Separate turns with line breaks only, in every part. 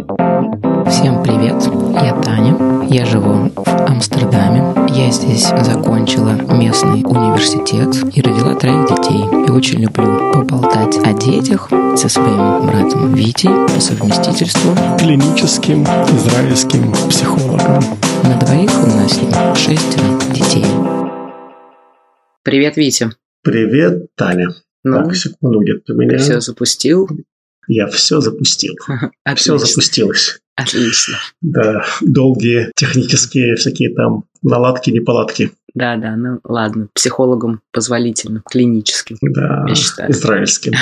Всем привет, я Таня, я живу в Амстердаме. Я здесь закончила местный университет и родила троих детей. И очень люблю поболтать о детях со своим братом Витей по совместительству.
Клиническим израильским психологом.
На двоих у нас с ним шестеро детей. Привет, Витя.
Привет, Таня.
Ну,
Так, секунду, где
ты
ты меня?
все запустил?
Я все запустил. Все
Отлично.
запустилось.
Отлично.
Да, долгие технические всякие там наладки, неполадки.
Да, да, ну ладно, психологам позволительно, клиническим,
Да,
я считаю.
израильским.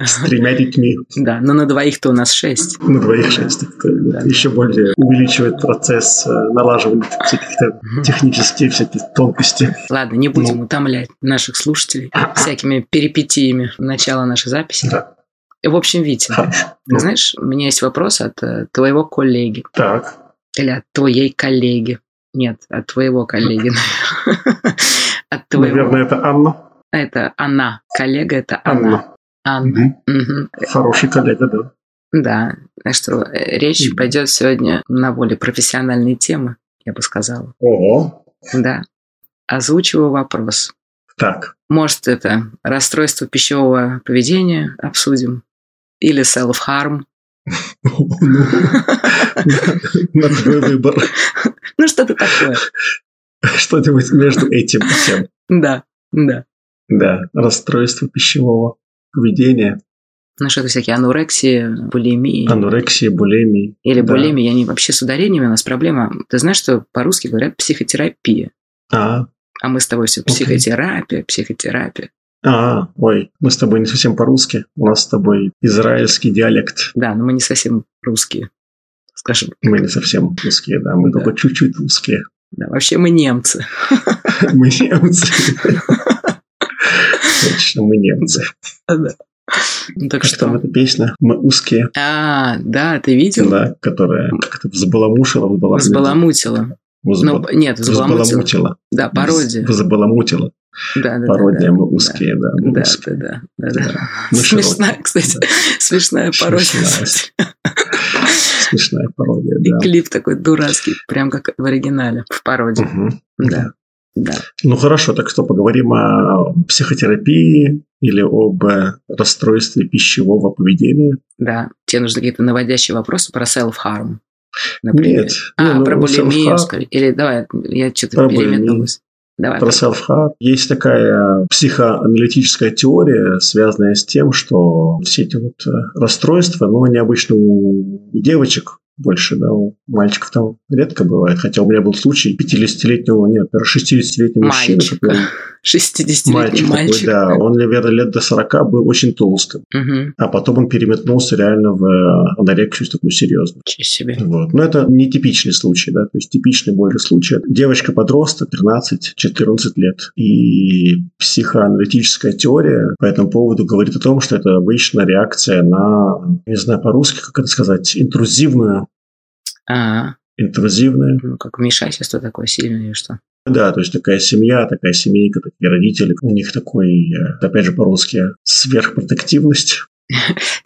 С тремя детьми
Да, но на двоих-то у нас шесть.
на двоих шесть.
Да.
Это еще более увеличивает процесс э, налаживания всяких там технических всяких тонкостей.
Ладно, не
Ну.
будем утомлять наших слушателей всякими перипетиями начала нашей записи.
Да.
В общем, Витя,
Хорошо.
ты знаешь, у меня есть вопрос от э, твоего коллеги
Так,
или от твоей коллеги. Нет, от твоего коллеги. наверное. От твоего.
наверное, это Анна.
А, Это она. Коллега это она.
Анна.
Анна.
Мгм.
Мгм.
Хороший коллега, да.
Да. Так что э, речь
Мгм.
пойдет сегодня на более профессиональные темы, я бы сказала.
Ого.
Да. Озвучиваю вопрос.
Так,
Может, это расстройство пищевого поведения обсудим? Или self-harm?
Ну, на твой выбор.
Ну, что-то такое.
Что-нибудь между этим и тем.
Да, да.
Да, расстройство пищевого поведения,
Ну, что-то всякие анорексии, булимии.
анорексия, булимия.
Или
да.
булимия, они вообще с ударениями у нас проблема. Ты знаешь, что по-русски говорят психотерапия?
А,
А мы с тобой все
Окей.
психотерапия, психотерапия.
а, ой, мы с тобой не совсем по-русски. У нас с тобой израильский диалект.
Да, но мы не совсем русские, скажем.
Мы не совсем русские, да, мы
Да.
только чуть-чуть русские.
Да, вообще мы немцы.
Мы немцы. Точно, мы немцы.
Да. Ну, Так
Как там
что...
эта песня? Мы узкие,
А, да, ты видел?
да, которая как-то взбаламушила, взбаламутила.
Взбаламутила.
Взбал-
Ну, нет, взбаламутила.
Взбаламутила.
Да, пародия.
Взбаламутила.
Да, да, да,
Пародия,
да,
мы узкие, да, мы
Да,
узкие.
да, да, да, да.
Мы
Смешная,
широкие,
кстати,
да.
смешная пародия.
Смешная. Смешная пародия,
И
да.
клип такой дурацкий, прям как в оригинале, в пародии.
Мгм.
Да, да.
Ну хорошо, так что поговорим о психотерапии или об э, расстройстве пищевого поведения?
Да, тебе нужны какие-то наводящие вопросы про self-harm, например.
Нет.
А,
Ну, ну,
про булимию,
self-harm,
скорее. Или давай, я что-то
Про
переметнулась. Давай.
Про self Есть такая психоаналитическая теория, связанная с тем, что все эти вот э, расстройства, но они обычно у девочек больше, да, у мальчиков там редко бывает. Хотя у меня был случай 50-летнего, нет, наверное, 60-летнего мужчины,
Мальчика.
который
60-летний
мальчик, такой,
мальчик.
да, он, наверное, лет до 40 был очень толстым,
Мгм.
а потом он переметнулся реально в э, анорексию такую серьезную.
Ничего себе.
Вот. Но это не типичный случай, да, то есть типичный более случай. Девочка-подросток, 13-14 лет. И психоаналитическая теория по этому поводу говорит о том, что это обычно реакция на, не знаю по-русски, как это сказать, интрузивную,
А,
интрузивную.
ну как вмешательство такое сильное или что?
Да, то есть такая семья, такая семейка, такие родители. У них такой, э, опять же по-русски, сверхпротективность.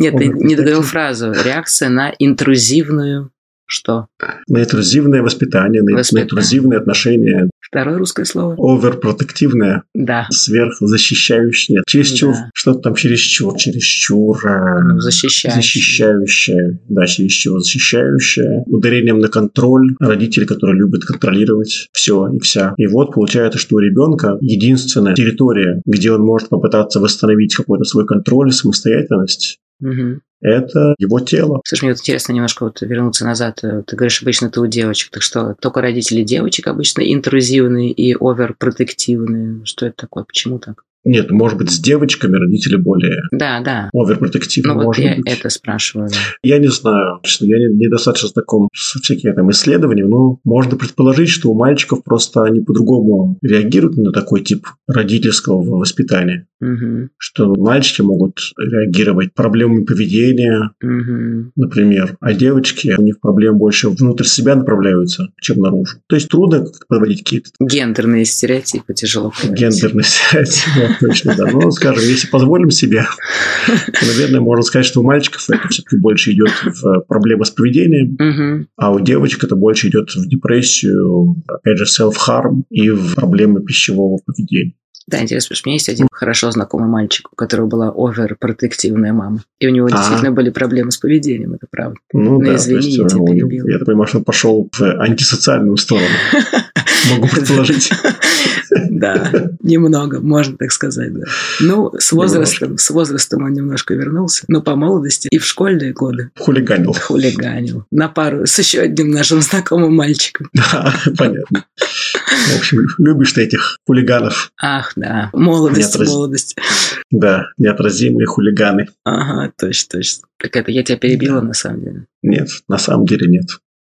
Нет, ты
Он
не договорил
таким.
фразу. Реакция на интрузивную что?
на интрузивное воспитание, на,
Воспитание.
на интрузивные отношения,
Второе русское слово?
оверпротективное,
Да.
сверхзащищающее, чересчур,
Да.
что-то там чересчур, чересчур э,
Ну, защищающий.
защищающее, да, чересчур защищающее, ударением на контроль, родители, которые любят контролировать все и вся. И вот получается, что у ребенка единственная территория, где он может попытаться восстановить какой-то свой контроль, самостоятельность,
Мгм.
это его тело.
Слушай, мне вот интересно немножко вот вернуться назад. Э, Ты говоришь, обычно ты у девочек. Так что, только родители девочек обычно интрузивные и оверпротективные. Что это такое? Почему так?
Нет, может быть, с девочками родители более
Да, да.
оверпротективны,
Ну вот
может
я
быть.
это спрашиваю. да.
Я не знаю, честно, я не- недостаточно знаком с всякими там исследованиями, но можно предположить, что у мальчиков просто они по-другому реагируют на такой тип родительского воспитания,
Мгм.
что мальчики могут реагировать проблемами поведения,
Мгм.
например, а девочки, у них проблемы больше внутрь себя направляются, чем наружу. То есть трудно подводить какие-то
Гендерные стереотипы тяжело. говорить.
гендерные связи. Точно, да. Ну, скажем, если позволим себе, то, наверное, можно сказать, что у мальчиков это все-таки больше идет в проблемы с поведением,
Мгм.
а у девочек это больше идет в депрессию, опять же, self-harm и в проблемы пищевого поведения.
Да, интересно, потому что у меня есть один хорошо знакомый мальчик, у которого была оверпротективная мама. И у него
Ага.
действительно были проблемы с поведением, это правда.
Ну,
Ну,
да,
извини,
то есть,
я тебя
он,
перебила.
я так понимаю, что он пошел в антисоциальную сторону. Могу предположить.
Да, немного, можно так сказать, да. Ну, с возрастом, с возрастом он немножко вернулся, но по молодости и в школьные годы
Хулиганил.
хулиганил на пару с еще одним нашим знакомым мальчиком.
Да, понятно. В общем, любишь ты этих хулиганов.
Ах, да, молодость,
Нет, раз-
молодость.
Да, неотразимые хулиганы.
Ага, точно, точно. Так это я тебя перебила, на самом деле.
Нет, на самом деле нет.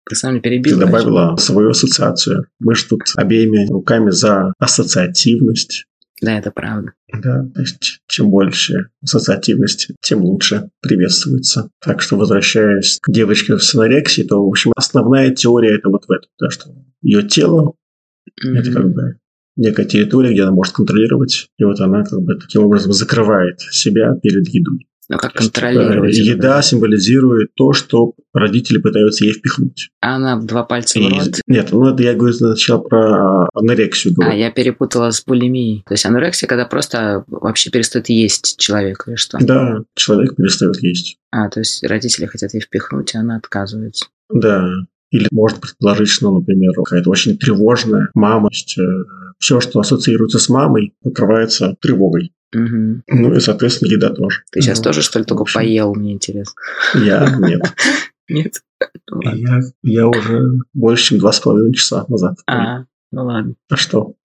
Ты сам не
Ты
перебила.
добавила свою ассоциацию. Мы же тут обеими руками за ассоциативность.
Да, это правда.
Да, то есть чем больше ассоциативности, тем лучше приветствуется. Так что, возвращаясь к девочке с анорексией, то, в общем, основная теория это вот в этом, да, что ее тело это как
Мгм.
бы некая территория, где она может контролировать, и вот она как бы таким образом закрывает себя перед едой.
Ну, как
То есть, э,
контролировать. это,
Еда символизирует то, что родители пытаются ей впихнуть.
А Она два пальца
И-
в рот.
Нет, ну это я говорю сначала про а,
А,
анорексию. говорю.
я перепутала с булимией. То есть анорексия, когда просто вообще перестает есть человек или что?
Да, человек перестает есть.
А, то есть родители хотят ей впихнуть, а она отказывается.
Да. Или можно предположить, что, например, какая-то очень тревожная мама. То есть, все, что ассоциируется с мамой, покрывается тревогой.
Мгм.
Ну и, соответственно, еда тоже.
Ты сейчас
Ну,
тоже, что ли, только
в общем.
поел, мне интересно.
Я нет.
Нет? Ну ладно.
Я, я уже больше, чем два с половиной часа назад. А,
А, ну ладно.
что?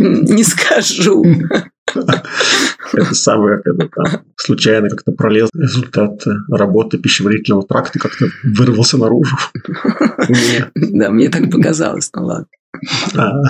Не скажу.
Это самое как это, там, случайно как-то пролез результат э, работы пищеварительного тракта как-то вырвался наружу. Нет.
Да, мне так показалось, ну ладно.
А.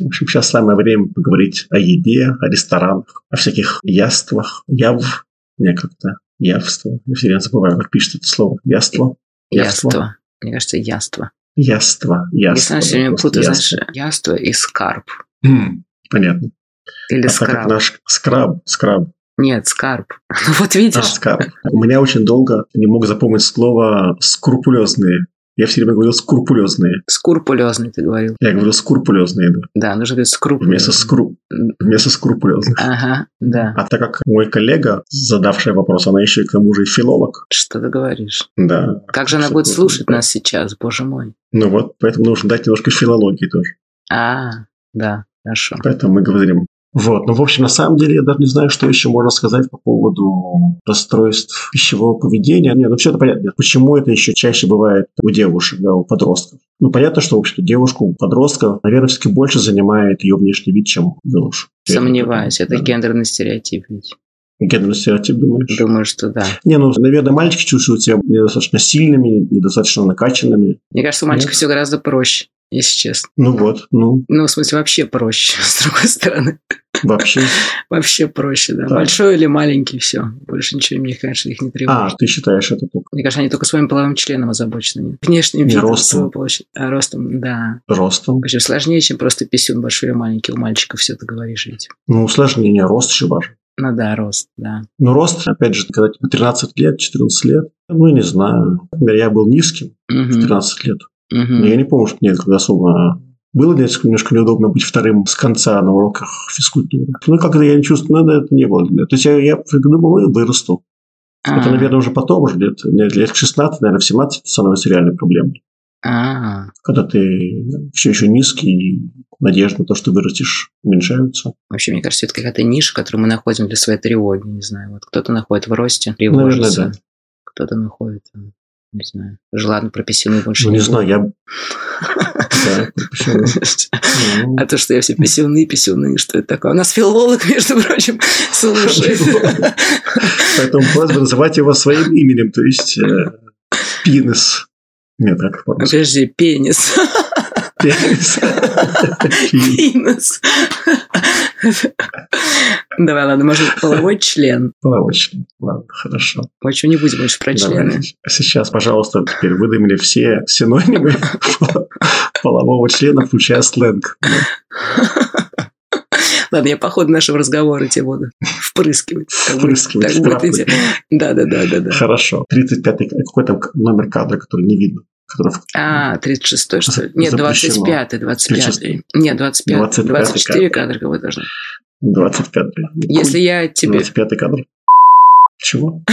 В общем, сейчас самое время поговорить о еде, о ресторанах, о всяких яствах, яв, не как-то явство. Я все время забываю, как пишет это слово. Яство. Явство.
Яство. Мне кажется, яство.
Яство.
Я
Яство.
сам
да,
все время
просто
путаю, знаешь,
яство.
яство и скарб.
М, Понятно.
Или
а так как
скраб.
наш скраб, скраб,
Нет, скарб. Ну вот
а,
видишь,
скраб. У меня очень долго не мог запомнить слово скрупулезные. Я все время говорил скрупулезные.
скурпулезный ты говорил.
Я говорил скрупулезные, да.
Да, нужно говорить скрупулезный.
Вместо, скру... вместо скрупулезных.
Ага, да.
А так как мой коллега, задавшая вопрос, она еще и к тому же и филолог.
Что ты говоришь?
Да.
Как же она
Что
будет
А ты-
слушать нас сейчас, боже мой?
Ну вот, поэтому нужно дать немножко филологии тоже.
А, да, хорошо.
Поэтому мы говорим. Вот, ну, в общем, на самом деле, я даже не знаю, что еще можно сказать по поводу расстройств пищевого поведения. Нет, ну, все это понятно. Почему это еще чаще бывает у девушек, да, у подростков? Ну, понятно, что, в общем-то, девушку, у подростка, наверное, все-таки больше занимает ее внешний вид, чем юношу.
Сомневаюсь, это
Да.
гендерный стереотип. ведь.
Гендерный стереотип, думаешь?
Думаю, что да.
Не, ну, наверное, мальчики чувствуют себя недостаточно сильными, недостаточно накачанными.
Мне кажется, у мальчика
Нет.
все гораздо проще, если честно.
Ну вот, ну,
Ну, в смысле, вообще проще, с другой стороны.
вообще.
Вообще проще, да.
Да.
Большой или маленький, все. Больше ничего, мне кажется, их не
А,
требует.
ты считаешь это только
Мне кажется, они только своим половым членом озабочены. нет? Внешним
Не,
видом
ростом.
своего площади. А ростом, да.
ростом?
Очень сложнее, чем просто писюн большой или маленький у мальчика, все ты говоришь ведь.
Ну, усложнение, рост еще важен.
Ну да, рост, да.
Ну, рост, опять же, когда тебе 13 лет, 14 лет, ну, я не знаю. Например, я был низким в
Мгм,
13 лет.
мгм.
Но я не помню, что мне это когда особо... Было несколько немножко неудобно быть вторым с конца на уроках физкультуры. Ну, как-то я не чувствую, ну, да, это не было. для меня. То есть я, я думал, ну, вырасту. Это,
А,
наверное, уже потом, уже лет, лет к 16, наверное, в 17 это становится реальной проблемой.
а,
когда ты все еще низкий, и надежда на то, что вырастешь, уменьшаются.
Вообще, мне кажется, это какая-то ниша, которую мы находим для своей тревоги, не знаю. Вот кто-то находит в росте, тревожится.
Наверное,
Кто-то находит, э, не знаю. Даже ладно, про писюны больше
Ну, не
буду.
знаю, я... Да, почему? Ну,
А то, что я все писюны, писюны, что это такое? У нас филолог, между прочим, слушает.
Филолог. Поэтому просьба называть его своим именем, то есть э, пинес. Нет, как
А,
по-русски?
Подожди, пенис.
Пенис. Пи-
Пенис. Давай, ладно, может, половой член.
Половочный. Ладно, хорошо.
В общем, не будем больше про члены.
Давайте. А Сейчас, пожалуйста, теперь выдай мне все синонимы полового члена, включая сленг.
Ладно, я по ходу нашего разговора тебе буду впрыскивать. как бы-
Впрыскивать,
так будет иде- Да, да, да, да, да.
Хорошо. 35-й, какой там номер кадра, который не видно? Который в-
А, 36-й, что ли? Нет,
Запрещено.
25-й, 25-й. Нет, 25-й,
25-й
24 кадра кого должно.
25-й.
Если я тебе...
25-й кадр. Чего?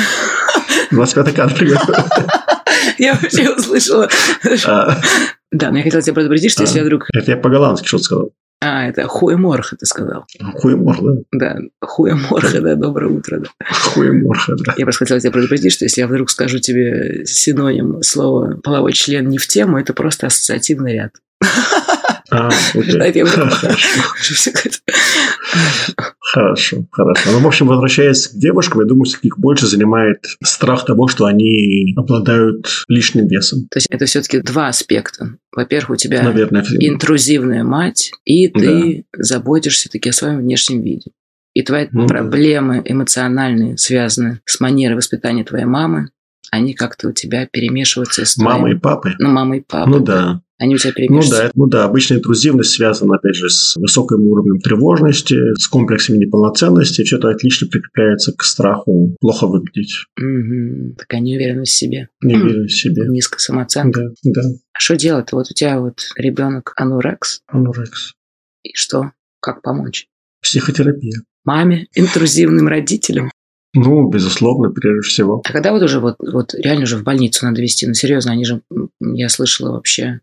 25-й кадр.
Я вообще услышала...
А,
Да, но я хотела тебя предупредить, что если я вдруг...
Это я по-голландски что-то сказал.
А, это хуеморха ты сказал.
Хуемор, да?
Да, хуеморха, да, доброе утро, да.
Хуемор, да.
Я просто хотела тебя предупредить, что если я вдруг скажу тебе синоним слова «половой член» не в тему, это просто ассоциативный ряд. Да,
А, окей.
я понимаю.
Хорошо,
Что
Хорошо, хорошо. Ну, в общем, возвращаясь к девушкам, я думаю, всех их больше занимает страх того, что они обладают лишним весом.
То есть это все-таки два аспекта. Во-первых, у тебя
Наверное,
интрузивная мать, и ты заботишься таки о своем внешнем виде. И твои
Ну да.
проблемы эмоциональные связаны с манерой воспитания твоей мамы, они как-то у тебя перемешиваются с твоим...
мама и папы.
Ну, мама и папа.
Ну да,
Они у тебя
Ну
перемешиваются.
да, это- ну да, обычно интрузивность связана, опять же, с высоким уровнем тревожности, с комплексами неполноценности, все это отлично прикрепляется к страху плохо выглядеть,
Мгм. Такая неуверенность в себе,
не верить в себе.
низкая самооценка.
Да, да,
А что делать? Вот у тебя вот ребенок анурекс,
анорекс.
и что? Как помочь?
Психотерапия.
Маме, интрузивным родителям.
Ну, безусловно, прежде всего.
А когда вот уже вот, вот реально уже в больницу надо вести? Ну, серьезно, они же, м, я слышала вообще,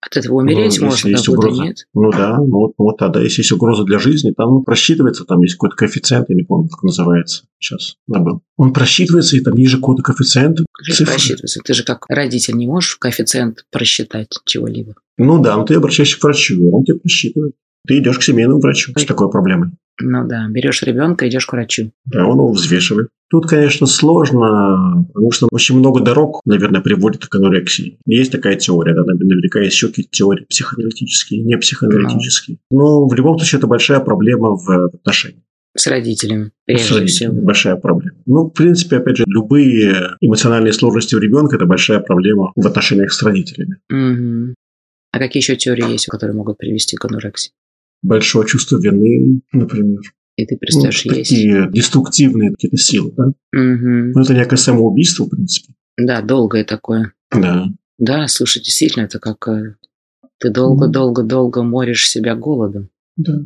от этого умереть
если
можно, да,
Ну, есть
года
угроза.
нет.
Ну да, ну вот, вот тогда, если есть угроза для жизни, там он просчитывается, там есть какой-то коэффициент, я не помню, как называется, сейчас забыл. Он просчитывается, и там ниже кода коэффициента
Что
цифры.
просчитывается? Ты же как родитель не можешь коэффициент просчитать чего-либо.
Ну да, но ты обращаешься к врачу, и он тебе просчитывает. Ты идешь к семейному врачу с такой проблемой.
Ну да, берешь ребенка, идешь к врачу.
Да, он его взвешивает. Тут, конечно, сложно, потому что очень много дорог, наверное, приводит к анорексии. Есть такая теория, да, наверняка есть еще какие-то теории психоаналитические, не психоаналитические. Но в любом случае это большая проблема в э, отношениях.
С родителями,
С
прежде
родителями.
всего.
Большая проблема. Ну, в принципе, опять же, любые эмоциональные сложности у ребенка – это большая проблема в отношениях с родителями.
Мгм. А какие еще теории есть, которые могут привести к анорексии?
Большое чувство вины, например.
И ты перестаешь
Ну,
есть.
такие деструктивные какие-то силы, да?
Мгм.
Ну, это некое самоубийство, в принципе.
Да, долгое такое.
Да.
Да, слушай, действительно, это как э, ты долго-долго-долго моришь себя голодом.
Да.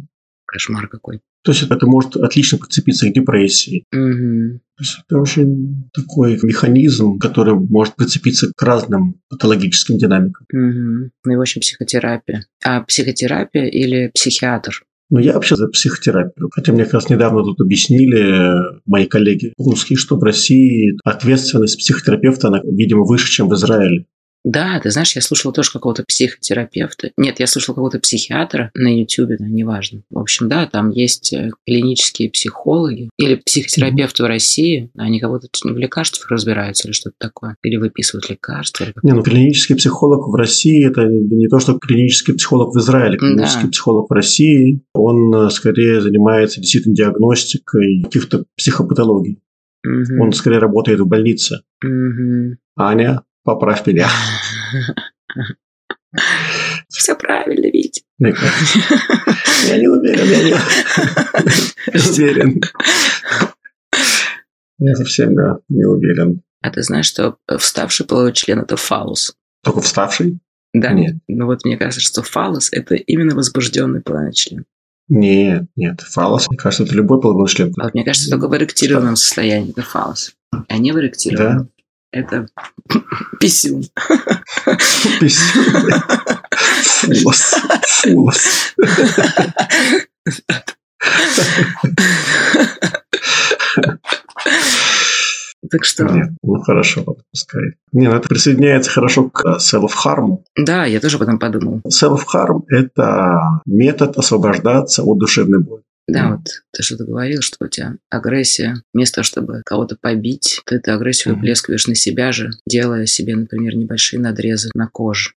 Кошмар какой.
То есть это может отлично подцепиться к депрессии.
Мгм.
То есть это очень такой механизм, который может подцепиться к разным патологическим динамикам.
Мгм. Ну и в общем психотерапия. А психотерапия или психиатр?
Но я вообще за психотерапию. Хотя мне как раз недавно тут объяснили э, мои коллеги русские, что в России ответственность психотерапевта, она, видимо, выше, чем в Израиле.
Да, ты знаешь, я слушала тоже какого-то психотерапевта. Нет, я слушала какого-то психиатра на Ютубе, да, неважно. В общем, да, там есть э, клинические психологи или психотерапевты в России. Они кого-то в лекарствах разбираются или что-то такое. Или выписывают лекарства. или как-
Не, ну клинический психолог в России это не то, что клинический психолог в Израиле. Клинический
Да.
психолог в России, он э, скорее занимается действительно диагностикой каких-то психопатологий.
Мгм.
Он скорее работает в больнице.
Мгм.
Аня, поправь меня.
Все правильно, Витя.
Мне кажется. Я не уверен, я не уверен. Я совсем да, не уверен.
А ты знаешь, что вставший половой член – это фалус?
Только вставший?
Да?
Нет.
Ну вот мне кажется, что фалос – это именно возбужденный половой член.
Нет, нет. Фалос, мне кажется, это любой половой член.
А вот мне кажется, только в эректированном состоянии это фалос. А не в эректированном. Это писюн.
Фулос. Фулос.
Так что,
Нет, ну хорошо, ладно, пускай. Не, ну это присоединяется хорошо к э, self-harm.
да, я тоже об этом подумал.
Self-harm – это метод освобождаться от душевной боли.
Да,
Мгм.
вот ты что-то говорил, что у тебя агрессия, вместо того, чтобы кого-то побить, ты эту агрессию
Мгм.
выплескиваешь на себя же, делая себе, например, небольшие надрезы на коже.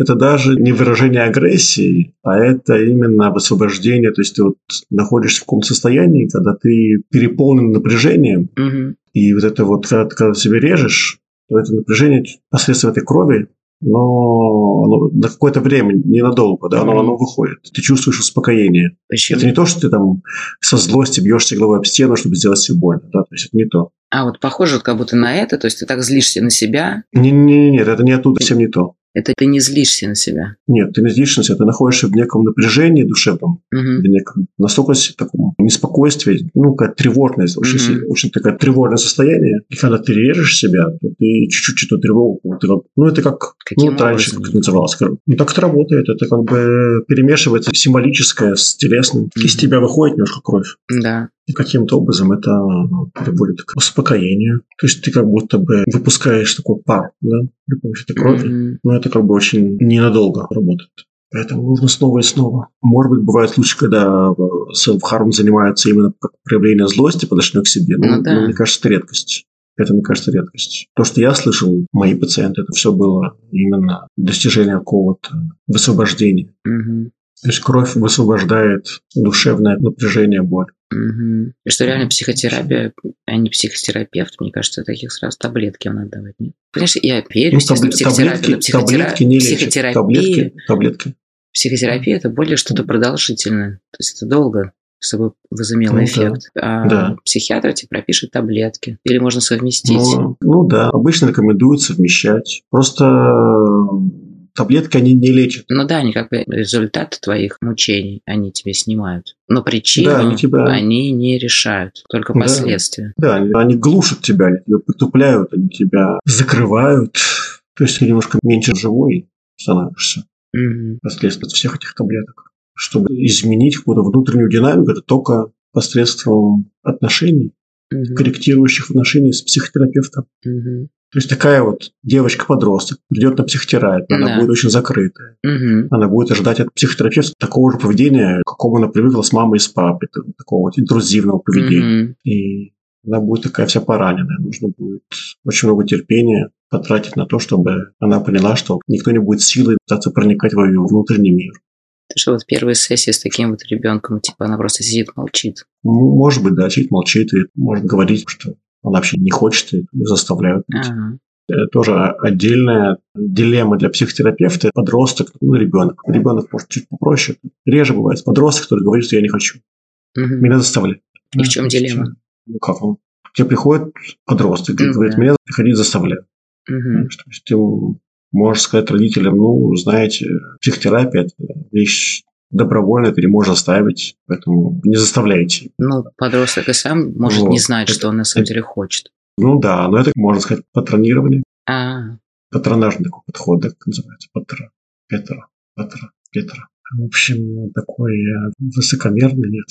это даже не выражение агрессии, а это именно освобождение. То есть ты вот находишься в каком-то состоянии, когда ты переполнен напряжением,
Мгм.
и вот это вот, когда ты когда ты себе режешь, то это напряжение посредством этой крови но оно на какое-то время, ненадолго, да, оно, оно выходит. Ты чувствуешь успокоение.
Почему?
Это не то, что ты там со злости бьешься головой об стену, чтобы сделать себе больно, да, то есть это не то.
А вот похоже вот как будто на это, то есть ты так злишься на себя,
Не, не, нет, это не оттуда, совсем не то.
это ты не злишься на себя.
Нет, ты не злишься, на себя, ты находишься в неком напряжении душевном,
Мгм.
в неком настолько с- таком неспокойстве, ну, какая тревожность, очень,
Мгм.
си- очень такое тревожное состояние. И когда ты режешь себя, то ты чуть-чуть эту тревогу, вот это- ну, это как,
Каким
ну, это раньше
образом?
как это называлось. как- Ну, так это работает, это как бы перемешивается символическое с телесным. Из
Мгм.
тебя выходит немножко кровь.
Да.
И каким-то образом это ну, приводит к успокоению. То есть ты как будто бы выпускаешь такой пар, да, при помощи этой крови.
Мгм.
Но это как бы очень ненадолго работает. Поэтому нужно снова и снова. Может быть, бывают случаи, когда э, селф-харм занимается именно как проявление злости по отношению к себе. Но,
Ну да.
но мне кажется, это редкость. Это, мне кажется, редкость. То, что я слышал, мои пациенты, это все было именно достижение какого-то высвобождения.
Мгм.
То есть кровь высвобождает душевное напряжение, боль.
Мгм. И что реально психотерапия, а не психотерапевт, мне кажется, таких сразу таблетки надо давать. Нет? Понимаешь, я верю,
Ну,
естественно,
табли-
в психотерапию, но
таблетки,
психотера-
таблетки не лечат.
психотерапия,
Таблетки, таблетки.
психотерапия это более что-то продолжительное, то есть это долго чтобы возымело
Ну да.
эффект. А
Да.
психиатр тебе пропишет таблетки. Или можно совместить.
Ну, ну да, обычно рекомендуется вмещать. Просто э, таблетки они не лечат.
Ну да, они как бы результат твоих мучений, они тебе снимают. Но причину
Да,
они,
они тебя-
не решают, только
Да.
последствия.
Да, они- они глушат тебя, они тебя притупляют, они тебя закрывают. То есть ты немножко меньше живой становишься
Мгм.
посредством всех этих таблеток. Чтобы изменить какую-то внутреннюю динамику, это только посредством отношений,
Мгм.
корректирующих отношений с психотерапевтом.
Мгм.
То есть такая вот девочка-подросток придет на психотерапию, она
Да.
будет очень закрытая.
Мгм.
Она будет ожидать от психотерапевта такого же поведения, к какому она привыкла с мамой и с папой, т- такого вот интрузивного поведения.
Мгм.
И она будет такая вся пораненная. Нужно будет очень много терпения потратить на то, чтобы она поняла, что никто не будет силой пытаться проникать в ее внутренний мир.
Ты что, вот первая сессия с таким вот ребенком, типа она просто сидит, молчит.
М, Может быть, да, сидит, молчит и может говорить, что она вообще не хочет и её заставляют.
Ага.
Это тоже отдельная дилемма для психотерапевта. Подросток, ну, ребенок. Ребенок, может, чуть попроще. Реже бывает подросток, который говорит, что я не хочу.
Мгм.
Меня заставляют.
И в чем дилемма?
Ну как он? К тебе приходит подросток и
Ну
говорит,
да.
меня приходить заставляют.
Мгм.
То есть ты можешь сказать родителям, ну, знаете, психотерапия – это вещь добровольная, ты не можешь оставить, поэтому не заставляйте.
Ну, подросток и сам может
Вот.
не знать, что он на самом деле хочет.
Ну да, но это, можно сказать, патронирование,
А,
патронажный такой подход, да, как называется, патра, петра, патра, петра. В общем, такой э, высокомерный, нет.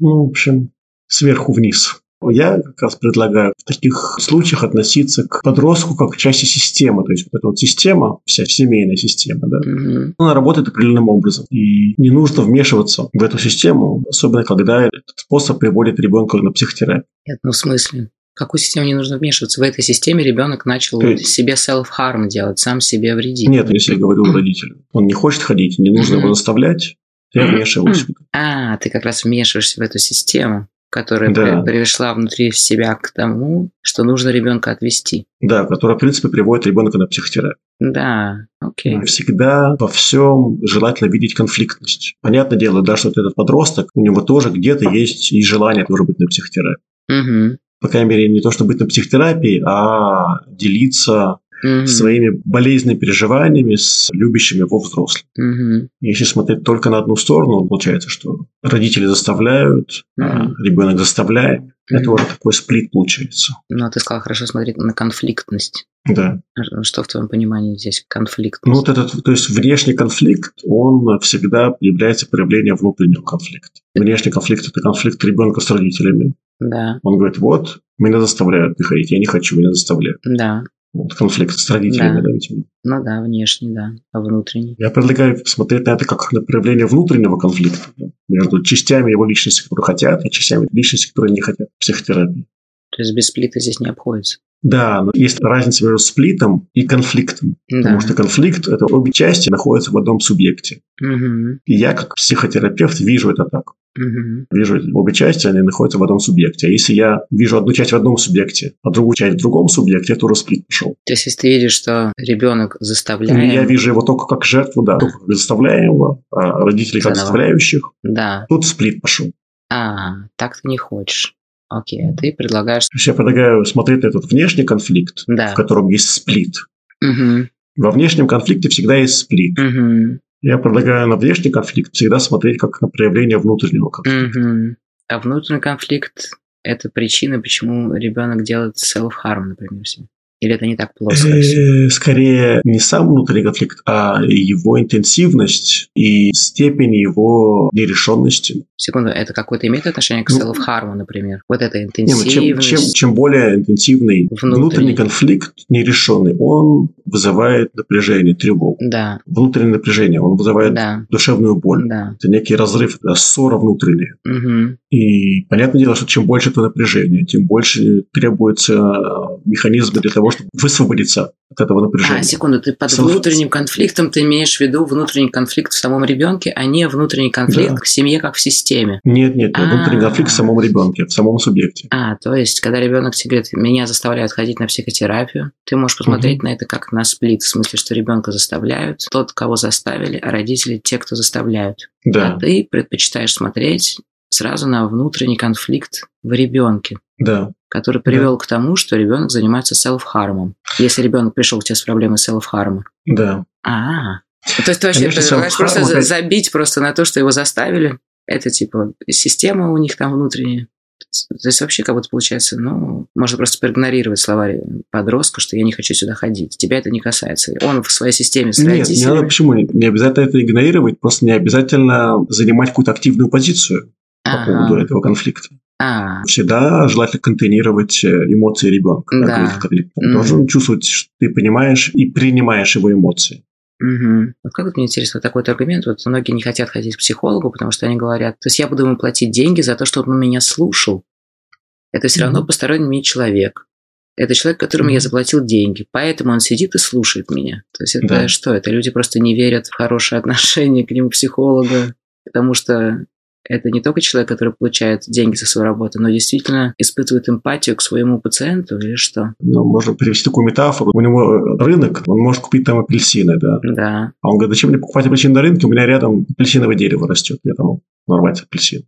Ну, в общем, сверху вниз. Я как раз предлагаю в таких случаях относиться к подростку как к части системы. То есть вот эта вот система, вся семейная система, да,
мгм.
Она работает определенным образом. И не нужно вмешиваться в эту систему, особенно когда этот способ приводит ребенка на психотерапию.
Нет, ну в смысле? В какую систему не нужно вмешиваться? В этой системе ребенок начал
То есть-
себе self-harm делать, сам себе вредить.
Нет, если я говорю родителю, он не хочет ходить, не нужно его
Мгм.
заставлять, я вмешиваюсь.
А, ты как раз вмешиваешься в эту систему, которая
Да.
при- привела внутри себя к тому, что нужно ребенка отвести.
Да, которая, в принципе, приводит ребенка на психотерапию.
Да, окей.
Всегда во всем желательно видеть конфликтность. Понятное дело, да, что вот этот подросток, у него тоже где-то есть и желание тоже быть на психотерапии.
Мгм.
По крайней мере, не то, что быть на психотерапии, а делиться
Мгм.
своими болезненными переживаниями с любящими его взрослыми.
Мгм.
Если смотреть только на одну сторону, получается, что родители заставляют, а
Мгм.
ребенок заставляет. Это
Мгм.
уже такой сплит получается.
Ну, а ты сказал хорошо смотреть на конфликтность.
Да.
Р- Что в твоем понимании здесь
Ну
конфликтность?
вот этот, то есть внешний конфликт, он всегда является проявлением внутреннего конфликта. Внешний конфликт – это конфликт ребенка с родителями.
да,
Он говорит, вот, меня заставляют приходить, я не хочу, меня заставляют.
да.
Вот конфликт с родителями.
Да.
да, видимо.
Ну да, внешний, да. А внутренний?
Я предлагаю смотреть на это как на проявление внутреннего конфликта да, между частями его личности, которые хотят, и частями личности, которые не хотят психотерапии.
То есть без сплита здесь не обходится.
Да, но есть разница между сплитом и конфликтом.
Да.
Потому что конфликт – Ну, это обе части находятся в одном субъекте.
Мгм.
И я, как психотерапевт, вижу это так.
Мгм.
Вижу эти обе части, они находятся в одном субъекте. А если я вижу одну часть в одном субъекте, а другую часть в другом субъекте, это уже сплит пошел.
То есть, если ты видишь, что ребенок заставляет...
Ну, Я вижу его только как жертву, да, только как заставляемого, а родителей как
Заново.
заставляющих.
Да.
Тут сплит пошел.
А, так ты не хочешь. Окей, а ты предлагаешь...
То есть я предлагаю смотреть на этот внешний конфликт, в
Да.
котором есть сплит.
Мгм.
Во внешнем конфликте всегда есть сплит.
Мгм.
Я предлагаю на внешний конфликт всегда смотреть как на проявление внутреннего конфликта.
Мгм. А внутренний конфликт – это причина, почему ребенок делает self-harm, например, себе. Или это не так плоско? всё?
Э, Скорее, не сам внутренний конфликт, а его интенсивность и степень его нерешенности.
Секунду, это какое-то имеет отношение к
Ну,
self-harm, например? Вот эта
Не, ну, чем,
интенсивность?
чем, чем более интенсивный
Внутренний.
внутренний. конфликт, нерешенный, он вызывает напряжение, тревогу.
Да,
Внутреннее напряжение, он вызывает
да,
душевную боль.
да.
Это некий разрыв, э, ссора внутренняя.
Мгм.
И понятное дело, что чем больше это напряжение, тем больше требуется э, механизмы для того, чтобы высвободиться от этого напряжения.
А, секунду, ты под
Self-
внутренним конфликтом ты имеешь в виду внутренний конфликт в самом ребенке, а не внутренний конфликт
Да.
в семье как в системе.
Нет, нет, нет, внутренний
А.
конфликт в самом ребенке, в самом субъекте.
А, то есть, когда ребенок тебе говорит, меня заставляют ходить на психотерапию, ты можешь посмотреть на это как на сплит, в смысле, что ребенка заставляют, тот, кого заставили, а родители те, кто заставляют.
Да,
А ты предпочитаешь смотреть сразу на внутренний конфликт в ребенке.
да.
который привел к тому, что ребенок занимается селф-хармом. Если ребенок пришел к тебе с проблемой селф-харма.
Да.
А. Ну, То есть ты вообще
Конечно,
предлагаешь
self-harm
просто за-
опять-
забить просто на то, что его заставили. Это типа система у них там внутренняя. То есть вообще как будто получается, ну, можно просто проигнорировать слова подростка, что я не хочу сюда ходить. Тебя это не касается. Он в своей системе с
Нет, не
родителями.
надо, почему? Не обязательно это игнорировать, просто не обязательно занимать какую-то активную позицию по
Ага.
поводу этого конфликта.
А,
Всегда желательно контейнировать э, эмоции ребенка. как
Да.
говорит Котлет. Он
Мгм.
должен чувствовать, что ты понимаешь и принимаешь его эмоции.
Мгм. Вот как вот мне интересно вот такой вот аргумент. Вот многие не хотят ходить к психологу, потому что они говорят, то есть я буду ему платить деньги за то, чтобы он меня слушал. Это все равно
Мгм.
посторонний мне человек. Это человек, которому я
Мгм.
заплатил деньги, поэтому он сидит и слушает меня. То есть это
Да.
что? Это люди просто не верят в хорошее отношение к ним психолога, потому что это не только человек, который получает деньги за свою работу, но действительно испытывает эмпатию к своему пациенту или что?
ну, можно привести такую метафору. У него э, рынок, он может купить там апельсины, да.
Да.
А он говорит, зачем мне покупать апельсины на рынке, у меня рядом апельсиновое дерево растет, я там могу нарвать апельсин.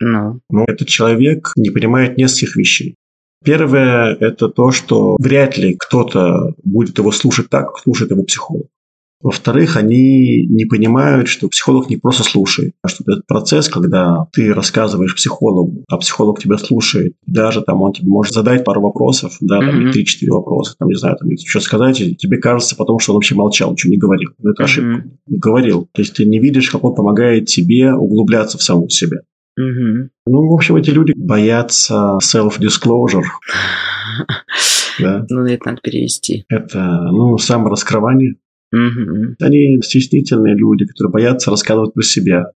Ну.
Но этот человек не понимает нескольких вещей. Первое – это то, что вряд ли кто-то будет его слушать так, как слушает его психолог. Во-вторых, они не понимают, что психолог не просто слушает, а что этот процесс, когда ты рассказываешь психологу, а психолог тебя слушает, даже там он тебе может задать пару вопросов, да, там
Мгм.
или 3-4 вопроса, там, не знаю, там что сказать, и тебе кажется потом, что он вообще молчал, ничего не говорил. Но это ошибка.
Мгм.
Говорил. То есть ты не видишь, как он помогает тебе углубляться в саму себя.
Мгм.
Ну, в общем, эти люди боятся self-disclosure, да.
Ну, это надо перевести.
Это, ну, самораскрывание.
Мгм.
Они стеснительные люди, которые боятся рассказывать про себя.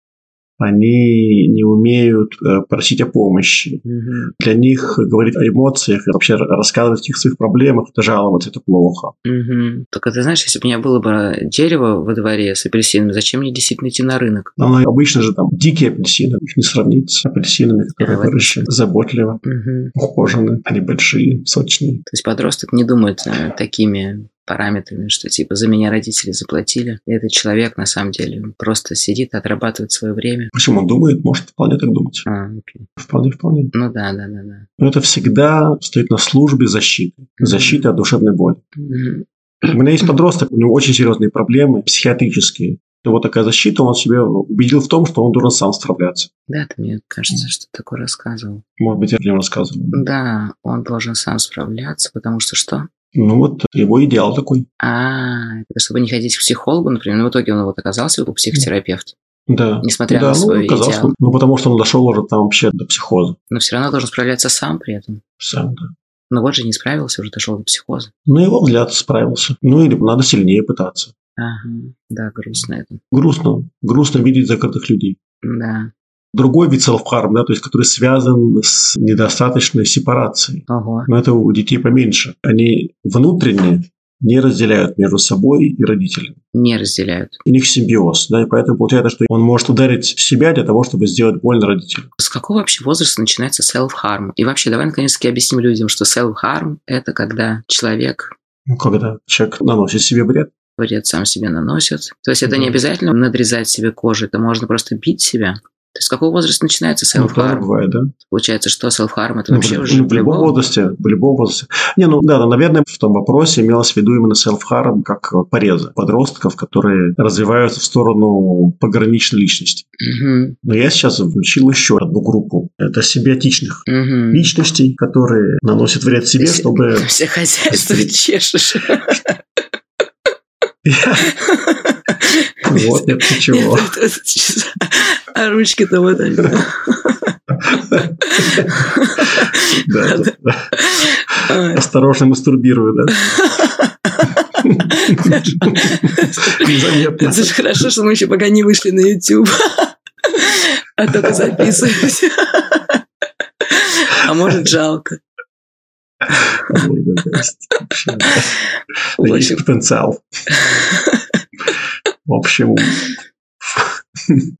Они не умеют э, просить о помощи.
Мгм.
Для них говорить о эмоциях, и вообще рассказывать о каких своих проблемах, это жаловаться, это плохо.
Мгм. Только ты знаешь, если бы у меня было бы дерево во дворе с апельсинами, зачем мне действительно идти на рынок?
Но обычно же там дикие апельсины, их не сравнить с апельсинами, которые
вот.
выращены заботливо,
Мгм.
ухожены, они большие, сочные.
То есть подросток не думает э, такими параметрами, что типа за меня родители заплатили, и этот человек на самом деле просто сидит, отрабатывает свое время.
Почему он думает, может вполне так думать.
А, окей.
Вполне, вполне.
Ну да, да, да, да.
Но это всегда стоит на службе защиты. Защиты от душевной боли.
Мгм.
У меня есть подросток, у него очень серьезные проблемы психиатрические. И вот такая защита, он себя убедил в том, что он должен сам справляться.
Да, ты мне кажется, что такое рассказывал.
Может быть, я о нем рассказывал.
Да, он должен сам справляться, потому что что?
Ну вот, его идеал такой.
А, это чтобы не ходить к психологу, например, но в итоге он вот оказался у психотерапевта.
Да.
Несмотря
да, ну,
на свой
казалось
идеал.
бы. Ну, потому что он дошел уже там вообще до психоза.
но все равно должен справляться сам при этом.
Сам, да.
Но вот же не справился, уже дошел до психоза.
На его взгляд справился. Ну, или надо сильнее пытаться.
Ага. Да, грустно это.
Грустно. Грустно видеть закрытых людей.
Да.
другой вид селфхарм, да, то есть который связан с недостаточной сепарацией.
Ага.
Но это у детей поменьше. Они внутренне не разделяют между собой и родителями.
Не разделяют.
У них симбиоз, да, и поэтому получается, что он может ударить себя для того, чтобы сделать больно родителям.
С какого вообще возраста начинается self-harm? И вообще, давай наконец-таки объясним людям, что self-harm – это когда человек
Ну, Когда человек наносит себе вред,
вред сам себе наносит. То есть это
Да.
не обязательно надрезать себе кожу, это можно просто бить себя. То есть с какого возраста начинается
ну, так
self-harm?
бывает, да.
Получается, что self-harm – это
Ну,
вообще
в,
уже
ну, в любом
любого-
возрасте, в любом возрасте. Не, ну да, да, наверное, в том вопросе имелось в виду именно селф-харм как э, порезы подростков, которые развиваются в сторону пограничной личности.
Мгм.
Но я сейчас изучил еще одну группу. Это симбиотичных
Мгм.
личностей, которые наносят вред себе,
Ты
чтобы...
с- Все хозяйство
Спасибо.
чешешь.
Вот это чего.
А ручки-то вот они.
Да, да, да.
Ой.
Осторожно мастурбирую, да. Незаметно.
Это же хорошо, что мы еще пока не вышли на YouTube, а только записываемся. А может, жалко.
Ой, да, да. Вообще, да. Да,
В
Есть
общем,
потенциал. В общем,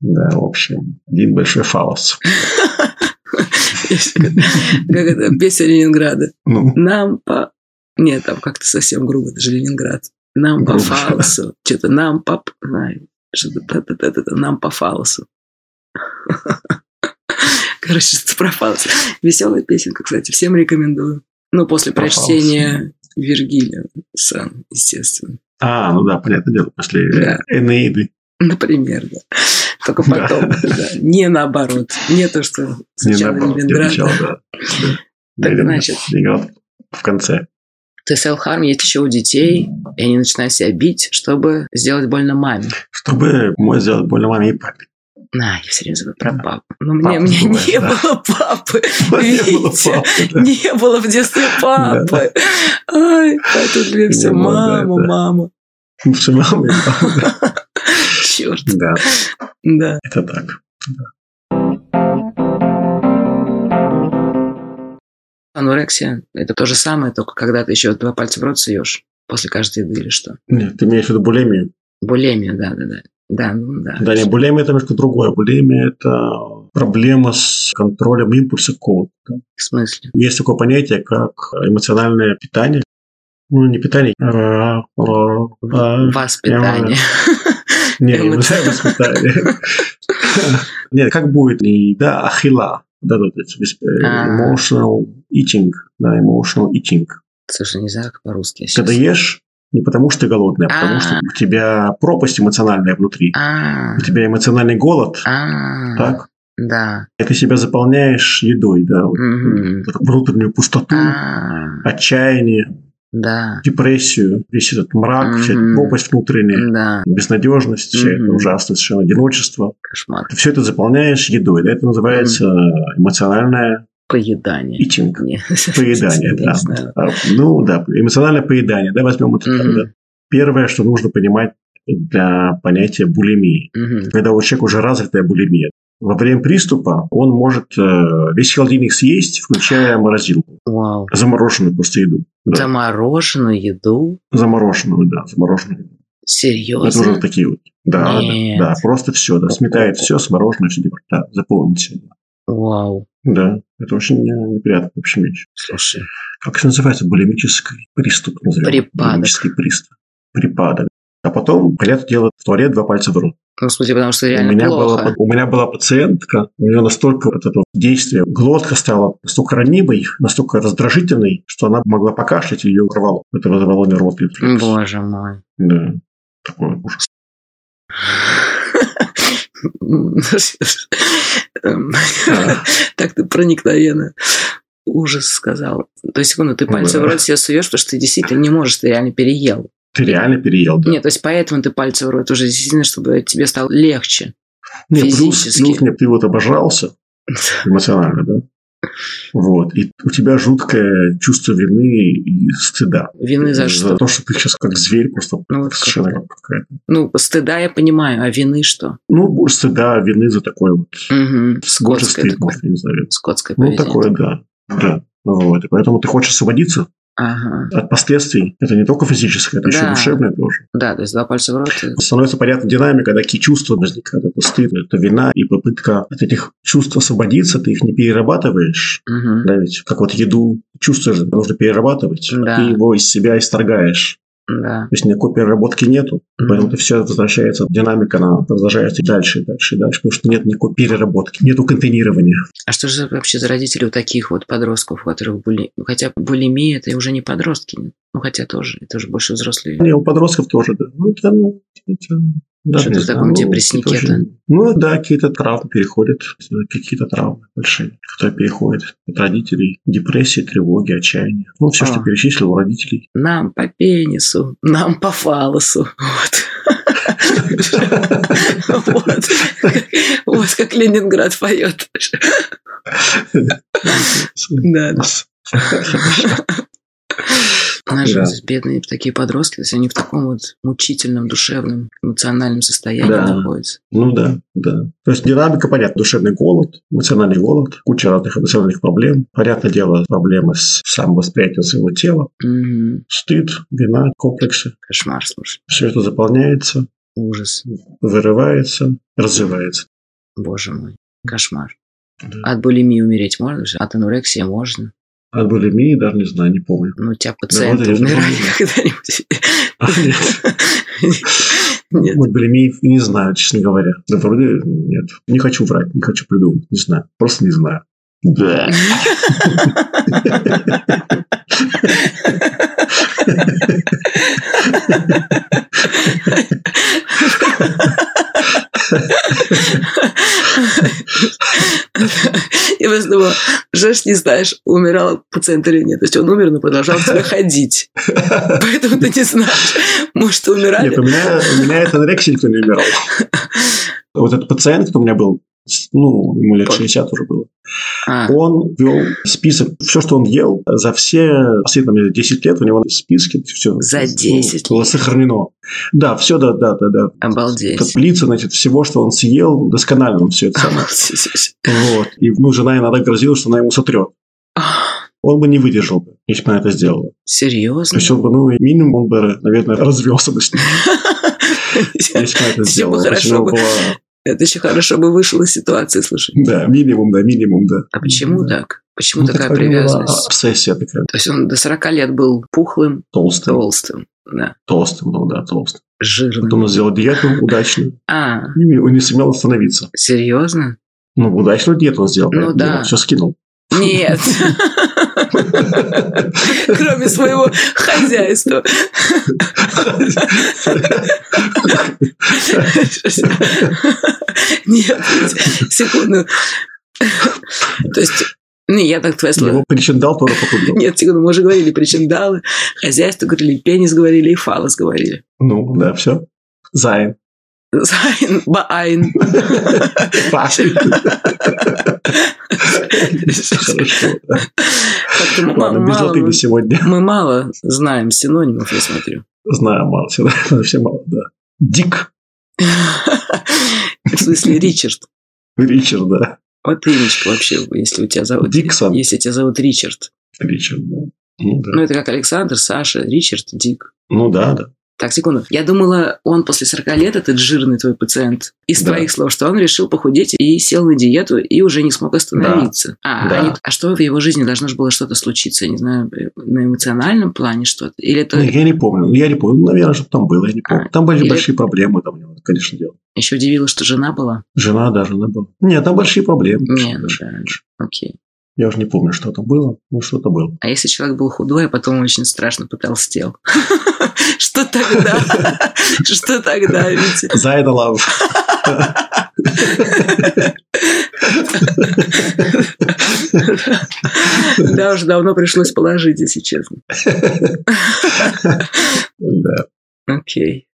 да, в общем, один большой фалос.
как это песня Ленинграда.
Ну,
Нам по... Нет, там как-то совсем грубо, это же Ленинград. Нам по
Грубо.
фалосу. Что-то нам по... ай, Что-то та-та-та-та-та, нам по фалосу. Короче, что-то про фалос. Веселая песенка, кстати, всем рекомендую. Ну, после
Про
прочтения Вергилия сам, естественно.
а, ну да, понятное дело, после
Да.
Энеиды.
Например, да. Только потом, да. Не наоборот. Не то, что
Не
сначала
наоборот, не начало,
Ленинград.
да. Да.
Так,
Ленинград-
значит.
Ленинград в конце.
То есть self-harm есть еще у детей, и они начинают себя бить, чтобы сделать больно маме.
Чтобы мой сделать больно маме и папе.
На, я все время забываю про
Да.
папу. Но мне,
Папа
мне
бывает,
не
да.
было папы.
Не было
Видите?
папы, да.
Не было в детстве папы. Ай, поэтому для меня все
Не было, да,
мама,
да.
мама.
Ну, что мама и папа.
Черт,
Да,
да.
это так.
Анорексия – это то же самое, только когда ты еще два пальца в рот суешь после каждой еды или что.
Нет, ты имеешь в виду булимию?
Булемия, да-да-да. Да, ну да.
Да, не, булимия это немножко другое. Булимия это проблема с контролем импульса какого-то.
В смысле?
Есть такое понятие, как эмоциональное питание. Ну, не питание. а, а, а.
Воспитание.
Не,
эмоци-
эмоциональное питание. а Нет, как будет не еда, а хила. Да, да, то есть бес- э,
А.
emotional eating. Да, emotional eating.
Слушай, не знаю, как по-русски. я
Когда
щас.
ешь, не потому что ты голодный, а
А.
потому что у тебя пропасть эмоциональная внутри.
А,
У тебя эмоциональный голод.
а,
Так?
да.
И ты себя заполняешь едой, да. вот
Мгм.
эту Внутреннюю пустоту,
А,
отчаяние.
да.
депрессию, весь этот мрак, вся эта
Мгм.
пропасть внутренняя,
Да,
безнадежность, вся это
Мгм.
ужасное совершенно одиночество.
кошмар.
Ты все это заполняешь едой. Да? Это называется э, эмоциональное
Поедание.
итинг.
Не.
Поедание,
Не
да.
знаю.
А, Ну да, эмоциональное поедание. Да, возьмем это так,
Мгм.
да. Первое, что нужно понимать для понятия булимии.
Мгм.
Когда у человека уже развитая булимия, во время приступа он может э, весь холодильник съесть, включая морозилку.
Вау.
Замороженную просто еду. Да.
Замороженную еду?
Замороженную, да, замороженную. Это уже
Серьезно?
вот такие вот. Да,
Нет.
да, да, просто все, да, сметает все, смороженное, все да, заполнит все.
Вау.
Да, это очень э, неприятно вообще вещь.
Слушай,
Как это называется? Булимический приступ назовем.
Припадок.
Булимический приступ. Припадок. А потом, понятное дело, в туалет два пальца в рот.
господи, потому что
у,
реально
меня была,
плохо.
пат- у меня была пациентка, у нее настолько от этого действия глотка стала настолько ранимой, настолько раздражительной, что она могла покашлять и ее рвало. Это вызывало нервный рефлекс.
Боже мой.
Да. Такой ужас.
Эм,
Да.
Так ты проникновенно ужас сказал. То есть, секунду, ты пальцы в
Да.
рот себе суешь, потому что ты действительно не можешь, ты реально переел.
Ты реально переел, да.
Нет, то есть поэтому ты пальцы в рот уже действительно, чтобы тебе стало легче.
Не, плюс,
Физически.
плюс мне ты вот обожался эмоционально, да? Вот. И у тебя жуткое чувство вины и стыда.
Вины за что?
За то, что ты сейчас как зверь просто
Ну, вот
совершенно
как-то.
как какая-то.
Ну, стыда я понимаю, а вины что?
Ну, больше стыда, вины за такое вот
Угу.
скотское,
Скотское такое.
можно не знаю.
Скотское
Ну,
поведение.
такое, да. Да. Вот. И поэтому ты хочешь освободиться
Ага.
от последствий. Это не только физическое, это еще и
Да.
душевное тоже.
Да, то есть два пальца в рот. э, и-
Становится понятна динамика, какие чувства возникают. Это стыд, это вина и попытка от этих чувств освободиться. Ты их не перерабатываешь,
Мгм.
Да, ведь как вот еду чувствуешь, нужно перерабатывать, а
Да.
ты его из себя исторгаешь.
Да.
То есть никакой переработки нету,
Мгм.
поэтому это все возвращается, динамика она продолжается и дальше, и дальше, и дальше, потому что нет никакой переработки, нету контейнирования.
А что же вообще за родители у таких вот подростков, у которых були... ну, Хотя булимия – это уже не подростки. Ну, хотя тоже. Это уже больше взрослые.
И у подростков тоже, да. Ну, это, ну, это- даже
Что-то
не
в таком
ну,
депрессняке,
какие-то очень- Ну, да, какие-то травмы переходят, какие-то травмы большие, которые переходят от родителей. Депрессии, тревоги, отчаяние. Ну, все, что
А.
перечислил у родителей.
Нам по пенису, нам по фалосу. Вот. Вот. Вот как Ленинград поет. Да, да. Она же
Да.
вот бедные такие подростки, то есть они в таком вот мучительном, душевном, эмоциональном состоянии
Да.
находятся.
Ну да, да. То есть динамика, понятно, душевный голод, эмоциональный голод, куча разных эмоциональных проблем. Понятное дело, проблемы с самовосприятием своего тела,
Мгм.
стыд, вина, комплексы.
Кошмар, слушай.
Все это заполняется,
Ужас.
вырывается, развивается.
Боже мой. Кошмар.
Да.
От булимии умереть можно? От анорексии можно?
От булимии даже не знаю, не помню.
Ну, у тебя пациенты
вот я
умирали
помню.
когда-нибудь? Нет.
Вот булимии не знаю, честно говоря. Да вроде нет. Не хочу врать, не хочу придумать. Не знаю. Просто не знаю. Да.
Я просто думала, Жеш, не знаешь, умирал пациент или нет. То есть он умер, но продолжал к тебе ходить. Поэтому ты не знаешь, может, умирали.
Нет, у меня, у меня это анорексия никто не умирал. Вот этот пациент, кто у меня был, с- ну, ему лет 60 уже было,
А,
он вел список, все, что он ел, за все последние 10 лет у него списки, все.
За 10
Было сохранено. Да, все, да, да, да, да.
обалдеть.
Таблица, значит, всего, что он съел, досконально он все это самое.
Обалдеть.
Вот. И, ну, жена иногда грозила, что она ему сотрет.
А,
Он бы не выдержал, бы, если бы она это сделала. То
Серьезно?
есть он бы, ну, минимум он бы, наверное, развелся бы с ней, если бы она это
Всё
сделала.
бы
То есть
хорошо
у него
бы.
была-
Это еще хорошо бы вышел из ситуации, слушай.
Да, минимум, да, минимум, да.
А почему
Да.
так? Почему
Ну,
такая
у него была
привязанность?
Обсессия такая,
То есть он до 40 лет был пухлым,
толстым,
толстым, да,
толстым, ну да, толстым. Потом
жирным.
он сделал диету удачную,
А,
и не- он не сумел остановиться.
серьезно? ну
Ну, удачную диету он сделал,
Ну да.
все скинул.
Нет. Кроме своего хозяйства. Нет, ведь, секунду. То есть, ну, я так твои слова.
Его причиндал тоже похудел.
Нет, секунду, мы уже говорили причиндалы, хозяйство говорили, и пенис говорили, и фалос говорили.
Ну, да, все. Зайн.
Зайн, баайн.
Пахнет. Хорошо.
Как-то мы мало- мало
Ладно, без
ну.
латыни
мы-
сегодня.
Мы мало знаем синонимов, я смотрю.
Знаю, мало всего. Все мало, да. Дик.
В смысле, Ричард.
Ричард, да.
Вот имечко вообще, если у тебя зовут...
Диксон.
Если тебя зовут Ричард.
Ричард, да. Ну да.
Ну, это как Александр, Саша, Ричард, Дик.
Ну да, да.
Так, секунду. Я думала, он после 40 лет, этот жирный твой пациент, из
Да.
твоих слов, что он решил похудеть и сел на диету и уже не смог остановиться. А,
Да.
а не- а что в его жизни должно же было что-то случиться? Я не знаю, э, на эмоциональном плане что-то? Или это
Ну, я не помню. Ну, Я не помню. Наверное, что там было, я не помню.
А,
Там были
или-
большие проблемы, там, у него, конечно, дело.
еще удивило, что жена была?
Жена даже она была. Нет, там большие проблемы.
Не, ну
Большие.
да. Окей.
Я уже не помню, что там было, но что-то было.
А если человек был худой, а потом очень страшно потолстел? Что тогда? Что тогда, Витя?
Зайда Лав.
Да, уже давно пришлось положить, если честно.
Да.
Окей.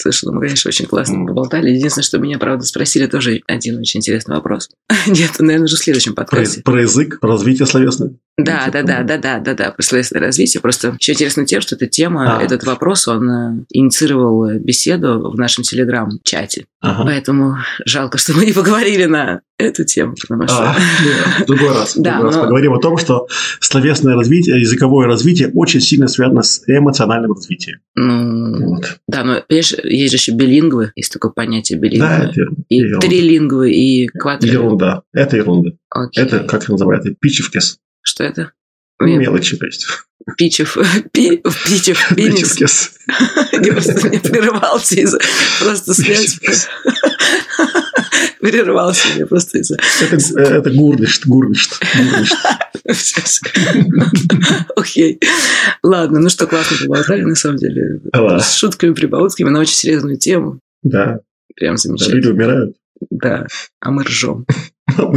слышала. Мы, конечно, очень классно поболтали. Единственное, что меня, правда, спросили тоже один очень интересный вопрос. Нет, наверное, уже в следующем
Про,
подкасте.
про язык, про развитие словесное.
Да, да, да, да, да, да, да, про словесное развитие. Просто еще интересно тем, что эта тема,
А.
этот вопрос, он э, инициировал э, беседу в нашем телеграм-чате.
Ага.
Поэтому жалко, что мы не поговорили на эту тему, потому что...
А, да, в другой раз. в
Да, ну.
другой раз
но-
поговорим о том, что словесное развитие, языковое развитие очень сильно связано с эмоциональным развитием.
Ну,
Вот.
да, но, понимаешь, есть же еще билингвы, есть такое понятие
Да,
билингвы.
это
И
ерунда.
трилингвы, и квадрилингвы.
ерунда. Это ерунда.
Окей.
Это, Ну, как это называется, пичевкес.
Что это?
Мелочи, то есть.
Пичев, пи, пичев, пенис.
Пичевкес.
Я просто не прерывался из-за... Просто связь
Пичевкес.
прервался мне просто из-за...
Это, э, это гурништ, гурништ, гурништ.
Всё, всё. Окей. Ладно, ну что, классно поболтали, на самом деле.
Да,
С шутками, прибаутками на очень серьезную тему.
да,
Прям
да,
замечательно.
люди умирают.
Да, а мы ржем.
Это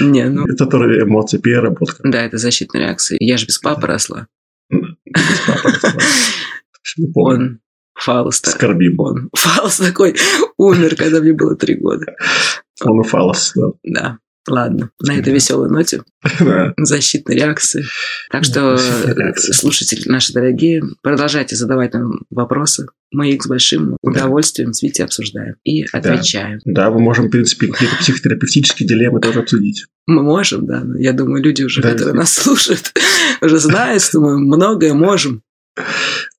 Не, ну...
тоже эмоции, переработка.
Да, это защитная реакция. Я же без папы росла.
Не помню.
Он фалос
Скорбим.
Он фалос такой умер, когда мне было три года.
Он и фалос. да.
Да, ладно. На этой веселой ноте
Да.
защитной реакции. Так что, э,
Защитная реакция.
слушатели наши дорогие, продолжайте задавать нам вопросы. Мы их с большим удовольствием с Витей обсуждаем и отвечаем.
Да, мы можем, в принципе, какие-то психотерапевтические дилеммы тоже обсудить.
Мы можем, да, но я думаю, люди уже,
Да.
которые нас слушают, уже знают, что мы многое можем.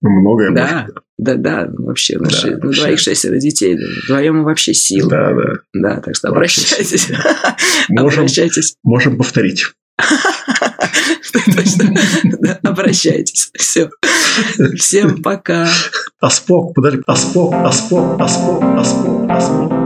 Мы Многое
Да, да, да, вообще, наши
Да,
на
вообще.
двоих шестеро детей, да, вдвоем мы вообще
можем.
сила.
Да, да.
Да, так что
Вообще
обращайтесь.
сила,
А
Можем,
Обращайтесь.
можем повторить.
Точно. Да, Обращайтесь. Все. Всем пока.
Аспок, подожди. Аспок, аспок, аспок, аспок, аспок.